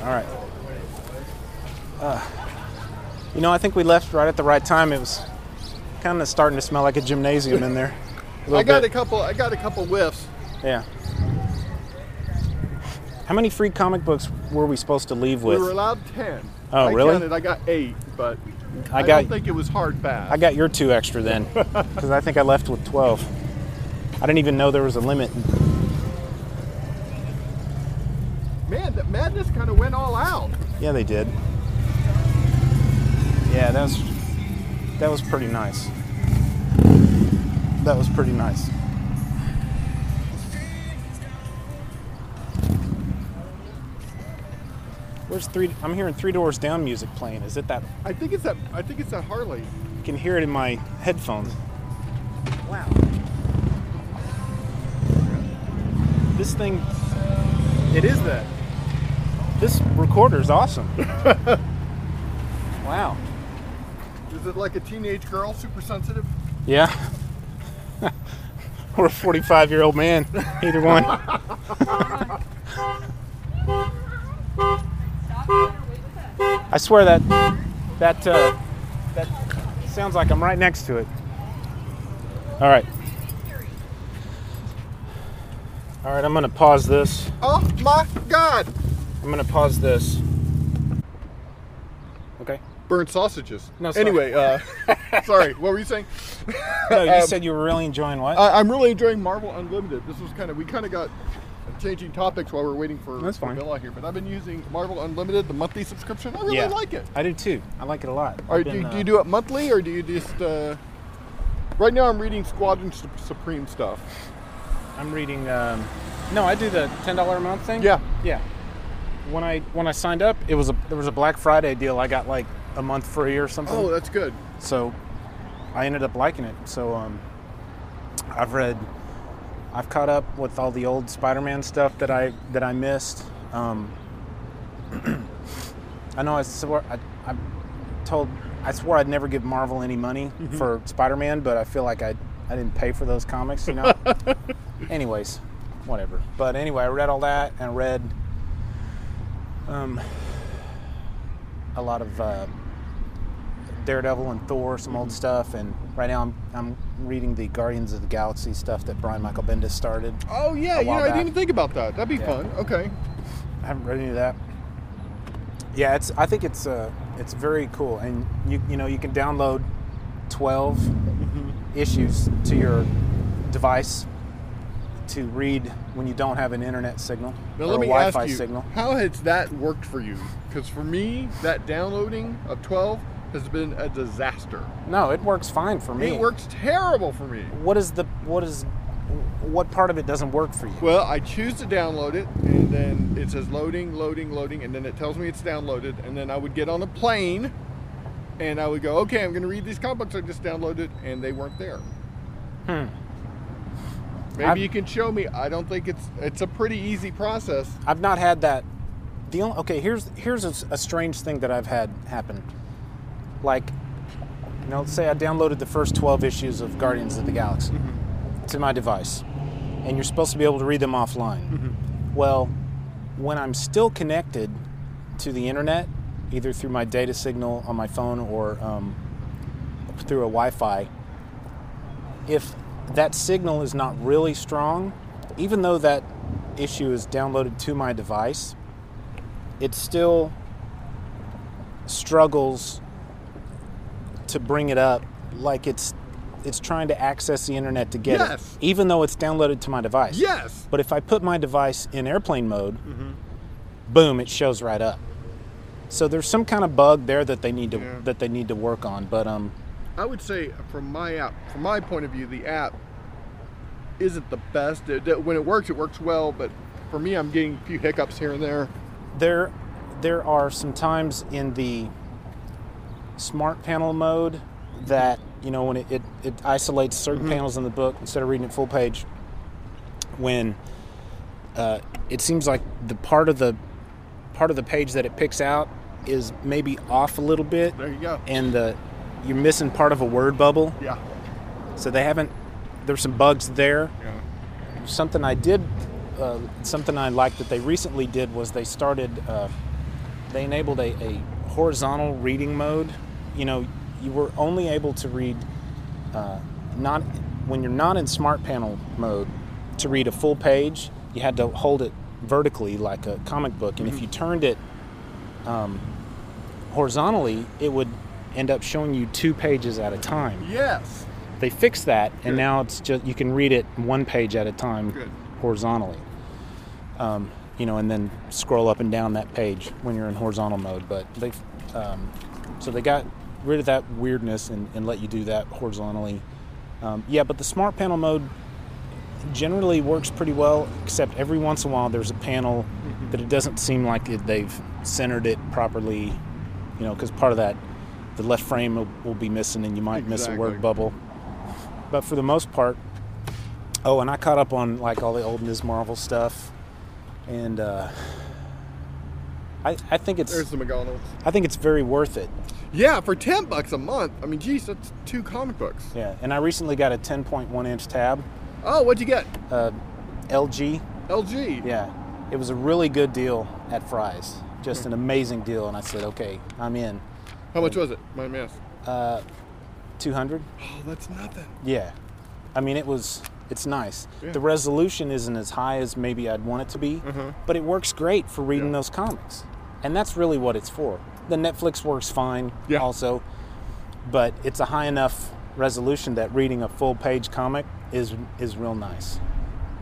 Speaker 3: All right. Uh, you know, I think we left right at the right time. It was kind of starting to smell like a gymnasium in there. A little
Speaker 1: I got
Speaker 3: bit.
Speaker 1: a couple. I got a couple whiffs.
Speaker 3: Yeah. How many free comic books were we supposed to leave
Speaker 1: We were
Speaker 3: with?
Speaker 1: allowed ten.
Speaker 3: Oh,
Speaker 1: I
Speaker 3: really?
Speaker 1: Counted, I got eight, but
Speaker 3: I
Speaker 1: I,
Speaker 3: got-
Speaker 1: don't think it was hard fast.
Speaker 3: I got your two extra then, because I think I left with 12. I didn't even know there was a limit.
Speaker 1: Man, that madness kind of went all out.
Speaker 3: Yeah, they did. Yeah, that was that was pretty nice. That was pretty nice. Where's three? I'm hearing Three Doors Down music playing. Is it that?
Speaker 1: I think it's that. I think it's that Harley.
Speaker 3: I can hear it in my headphones.
Speaker 1: Wow.
Speaker 3: This thing,
Speaker 1: It is that.
Speaker 3: this recorder's awesome. wow.
Speaker 1: Is it like a teenage girl, super sensitive?
Speaker 3: Yeah. or a 45 year old man. Either one. I swear that that uh, that sounds like I'm right next to it. All right. All right, I'm gonna pause this.
Speaker 1: Oh my God!
Speaker 3: I'm gonna pause this. Okay.
Speaker 1: Burnt sausages.
Speaker 3: No, sorry.
Speaker 1: Anyway, uh, sorry. What were you saying?
Speaker 3: No, you
Speaker 1: Um,
Speaker 3: said you were really enjoying what?
Speaker 1: I, I'm really enjoying Marvel Unlimited. This was kind of we kind of got changing topics while we are waiting for,
Speaker 3: That's
Speaker 1: for
Speaker 3: fine.
Speaker 1: Bill out here, but I've been using Marvel Unlimited, the monthly subscription. I really
Speaker 3: Yeah.
Speaker 1: like it.
Speaker 3: I do too. I like it a lot.
Speaker 1: Or
Speaker 3: I've
Speaker 1: do,
Speaker 3: been,
Speaker 1: you- do
Speaker 3: uh,
Speaker 1: you do it monthly, or do you just? Uh, right now, I'm reading Squadron Sup- Supreme stuff.
Speaker 3: I'm reading. Um, no, I do the ten dollar a month thing.
Speaker 1: Yeah.
Speaker 3: yeah. When I when I signed up, it was a there was a Black Friday deal. I got like a month free or something.
Speaker 1: Oh, that's good.
Speaker 3: So I ended up liking it. So um, I've read, I've caught up with all the old Spider-Man stuff that I that I missed. Um, I know I, swore, I I told, I swore I'd never give Marvel any money for Spider-Man, but I feel like I, I didn't pay for those comics, you know. Anyways, whatever. But anyway, I read all that and I read, um, a lot of uh, Daredevil and Thor, some old stuff, and right now I'm I'm reading the Guardians of the Galaxy stuff that Brian Michael Bendis started.
Speaker 1: Oh yeah,
Speaker 3: a
Speaker 1: you know,
Speaker 3: while
Speaker 1: I didn't
Speaker 3: back.
Speaker 1: even think about that. That'd be
Speaker 3: Yeah.
Speaker 1: fun. Okay.
Speaker 3: I haven't read any of that. Yeah, it's. I think it's. Uh, it's very cool, and you you know you can download 12
Speaker 1: Mm-hmm.
Speaker 3: issues to your device to read when you don't have an internet signal
Speaker 1: Now
Speaker 3: or
Speaker 1: let
Speaker 3: a
Speaker 1: me
Speaker 3: Wi-Fi
Speaker 1: ask you,
Speaker 3: signal.
Speaker 1: how has that worked for you? Because for me, that downloading of 12 has been a disaster.
Speaker 3: No, it works fine for me.
Speaker 1: It works terrible for me.
Speaker 3: What is the what is what part of it doesn't work for you?
Speaker 1: Well, I choose to download it, and then it says loading, loading, loading, and then it tells me it's downloaded, and then I would get on a plane, and I would go, okay, I'm going to read these comic books I just downloaded, and they weren't there.
Speaker 3: Hmm.
Speaker 1: Maybe
Speaker 3: I've-
Speaker 1: you can show me. I don't think it's it's a pretty easy process.
Speaker 3: I've not had that. The only, okay, here's here's a, s- a strange thing that I've had happen. Like, you know, say I downloaded the first 12 issues of Guardians of the Galaxy to my device, and you're supposed to be able to read them offline. Well, when I'm still connected to the internet, either through my data signal on my phone or um, through a Wi-Fi, if that signal is not really strong, even though that issue is downloaded to my device, it still struggles to bring it up like it's it's trying to access the internet to get
Speaker 1: Yes.
Speaker 3: it even though it's downloaded to my device.
Speaker 1: Yes.
Speaker 3: But if I put my device in airplane mode, boom, it shows right up. So there's some kind of bug there that they need to
Speaker 1: Yeah.
Speaker 3: that they need to work on, but um
Speaker 1: I would say from my app, from my point of view, the app isn't the best. It- it- when it works, it works well, but for me, I'm getting a few hiccups here and there.
Speaker 3: there there are some times in the smart panel mode that you know when it, it, it isolates certain
Speaker 1: Mm-hmm.
Speaker 3: panels in the book instead of reading it full page when uh, it seems like the part of the part of the page that it picks out is maybe off a little bit
Speaker 1: there you go
Speaker 3: and the you're missing part of a word bubble
Speaker 1: yeah
Speaker 3: so they haven't there's some bugs there
Speaker 1: Yeah.
Speaker 3: something I did, uh, something I liked that they recently did was they started, uh, they enabled a, a horizontal reading mode. You know, you were only able to read, uh, not when you're not in smart panel mode, to read a full page, you had to hold it vertically like a comic book. And if you turned it um, horizontally, it would end up showing you two pages at a time
Speaker 1: Yes.
Speaker 3: they fixed that and now it's just you can read it one page at a time horizontally um, you know and then scroll up and down that page when you're in horizontal mode but they um, so they got rid of that weirdness and, and let you do that horizontally um, yeah but the smart panel mode generally works pretty well except every once in a while there's a panel
Speaker 1: Mm-hmm.
Speaker 3: that it doesn't seem like it, they've centered it properly you know because part of that the left frame will, will be missing and you might miss a word
Speaker 1: Exactly.
Speaker 3: bubble but for the most part oh and i caught up on like all the old ms marvel stuff and uh i i think it's
Speaker 1: There's the McDonald's.
Speaker 3: i think it's very worth it
Speaker 1: Yeah, for 10 bucks a month. I mean, geez, that's two comic books.
Speaker 3: yeah and i recently got a 10.1 inch tab
Speaker 1: oh what'd you get
Speaker 3: uh lg
Speaker 1: lg
Speaker 3: yeah it was a really good deal at fry's just an amazing deal and i said okay i'm in
Speaker 1: How much was it? Mind me asking.
Speaker 3: uh 200
Speaker 1: Oh, that's nothing.
Speaker 3: Yeah. I mean, it was, it's nice.
Speaker 1: Yeah.
Speaker 3: The resolution isn't as high as maybe I'd want it to be, but it works great for reading those comics. And that's really what it's for. The Netflix works fine also, but it's a high enough resolution that reading a full page comic is is real nice.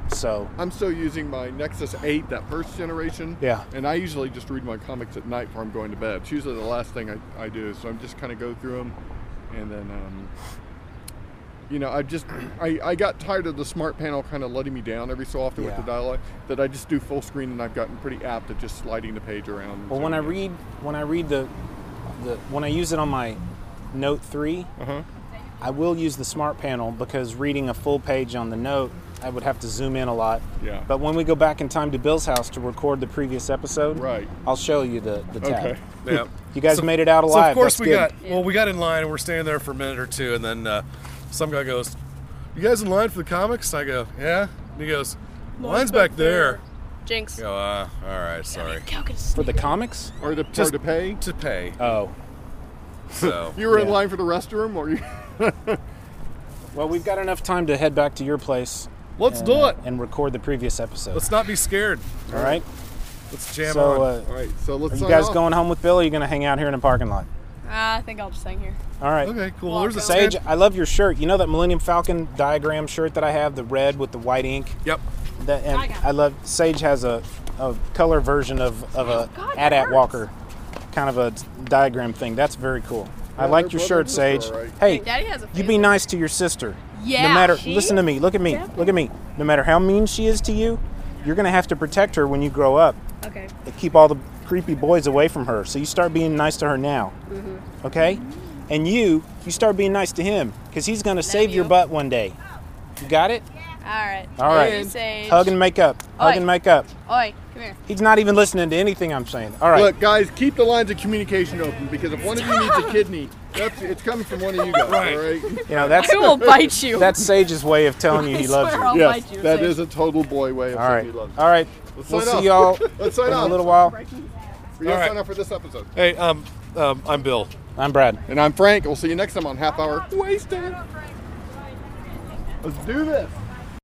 Speaker 3: So,
Speaker 1: I'm still using my Nexus 8, that first generation.
Speaker 3: Yeah.
Speaker 1: And I usually just read my comics at night before I'm going to bed. It's usually the last thing I, I do. So I'm just kind of go through them. And then, um, you know, I just, I, I got tired of the smart panel kind of letting me down every so often with
Speaker 3: Yeah.
Speaker 1: the dialogue that I just do full screen and I've gotten pretty apt at just sliding the page around. and
Speaker 3: well, when I
Speaker 1: zooming in.
Speaker 3: read when I read the the when I use it on my
Speaker 16: Uh-huh.
Speaker 3: Note 3, I will use the smart panel because reading a full page on the note I would have to zoom in a lot. Yeah. But when we go back in time to Bill's house to record the previous episode, right. I'll show you the, the tab.
Speaker 16: Okay. Yeah.
Speaker 3: You guys
Speaker 16: So-
Speaker 3: made it out alive.
Speaker 16: So of course
Speaker 3: That's
Speaker 16: we
Speaker 3: good.
Speaker 16: got. Well, we got in line and we're standing there for a minute or two, and then uh, some guy goes, "You guys in line for the comics?" I go, "Yeah." And he goes, "Line's back, there."
Speaker 2: Jinx.
Speaker 16: I go, uh, all right, sorry.
Speaker 3: For the comics
Speaker 1: or the
Speaker 16: Just
Speaker 1: to pay
Speaker 16: to pay.
Speaker 3: Oh.
Speaker 16: So
Speaker 1: You were in line for the restroom, or you?
Speaker 3: Well, we've got enough time to head back to your place.
Speaker 16: Let's
Speaker 3: and,
Speaker 16: do
Speaker 3: uh,
Speaker 16: it.
Speaker 3: and record the previous episode.
Speaker 16: Let's not be scared.
Speaker 3: All right.
Speaker 16: Let's jam
Speaker 3: so,
Speaker 16: on.
Speaker 3: Uh,
Speaker 16: All right, so let's
Speaker 3: Are you
Speaker 16: sign
Speaker 3: guys
Speaker 16: off.
Speaker 3: going home with Bill? Or are you going to hang out here in the parking lot?
Speaker 2: Ah, I think I'll just hang here.
Speaker 3: All right.
Speaker 16: Okay, cool.
Speaker 2: Well, There's a
Speaker 3: Sage,
Speaker 2: stand-
Speaker 3: I love your shirt. You know that Millennium Falcon diagram shirt that I have, the red with the white ink?
Speaker 16: Yep.
Speaker 3: That, and I love Sage has a, a color version of, of
Speaker 2: Oh,
Speaker 3: a Adat Walker kind of a diagram thing. That's very cool. I
Speaker 16: Yeah,
Speaker 3: like
Speaker 16: they're
Speaker 3: your
Speaker 16: brother
Speaker 3: shirt,
Speaker 16: and
Speaker 3: Sage.
Speaker 16: sister, right?
Speaker 3: Hey,
Speaker 2: Hey, Daddy has a
Speaker 3: you be nice to your sister.
Speaker 2: Yeah,
Speaker 3: No matter
Speaker 2: she-
Speaker 3: listen to me, look at me, look at me. No matter how mean she is to you, you're gonna have to protect her when you grow up.
Speaker 2: Okay.
Speaker 3: And keep all the creepy boys away from her. So you start being nice to her now
Speaker 2: Mm-hmm.
Speaker 3: okay? And you, you start being nice to him because he's gonna save your butt one day. You got it?
Speaker 2: All right.
Speaker 3: All right.
Speaker 2: You, Sage.
Speaker 3: Hug and make up. Hug
Speaker 2: Oi.
Speaker 3: and make up.
Speaker 2: Oi, come here.
Speaker 3: He's not even listening to anything I'm saying. All right.
Speaker 1: Look, guys, keep the lines of communication open because if one of you needs a kidney, that's it's coming from one of you guys. All right.
Speaker 3: You know that's
Speaker 1: I will bite you.
Speaker 3: That's Sage's way of telling you he loves you.
Speaker 1: yes, that is a total boy way of
Speaker 3: All
Speaker 1: saying
Speaker 3: right.
Speaker 1: he loves you.
Speaker 3: All right.
Speaker 1: Let's
Speaker 3: we'll
Speaker 1: sign
Speaker 3: see
Speaker 1: off.
Speaker 3: y'all
Speaker 1: Let's sign
Speaker 3: in a
Speaker 1: off.
Speaker 3: little while.
Speaker 1: We gotta
Speaker 16: All right.
Speaker 1: sign up for this episode.
Speaker 16: Hey, um, um, I'm Bill.
Speaker 3: I'm Brad.
Speaker 1: And I'm Frank. We'll see you next time on Half Hour Wasted. Let's do this.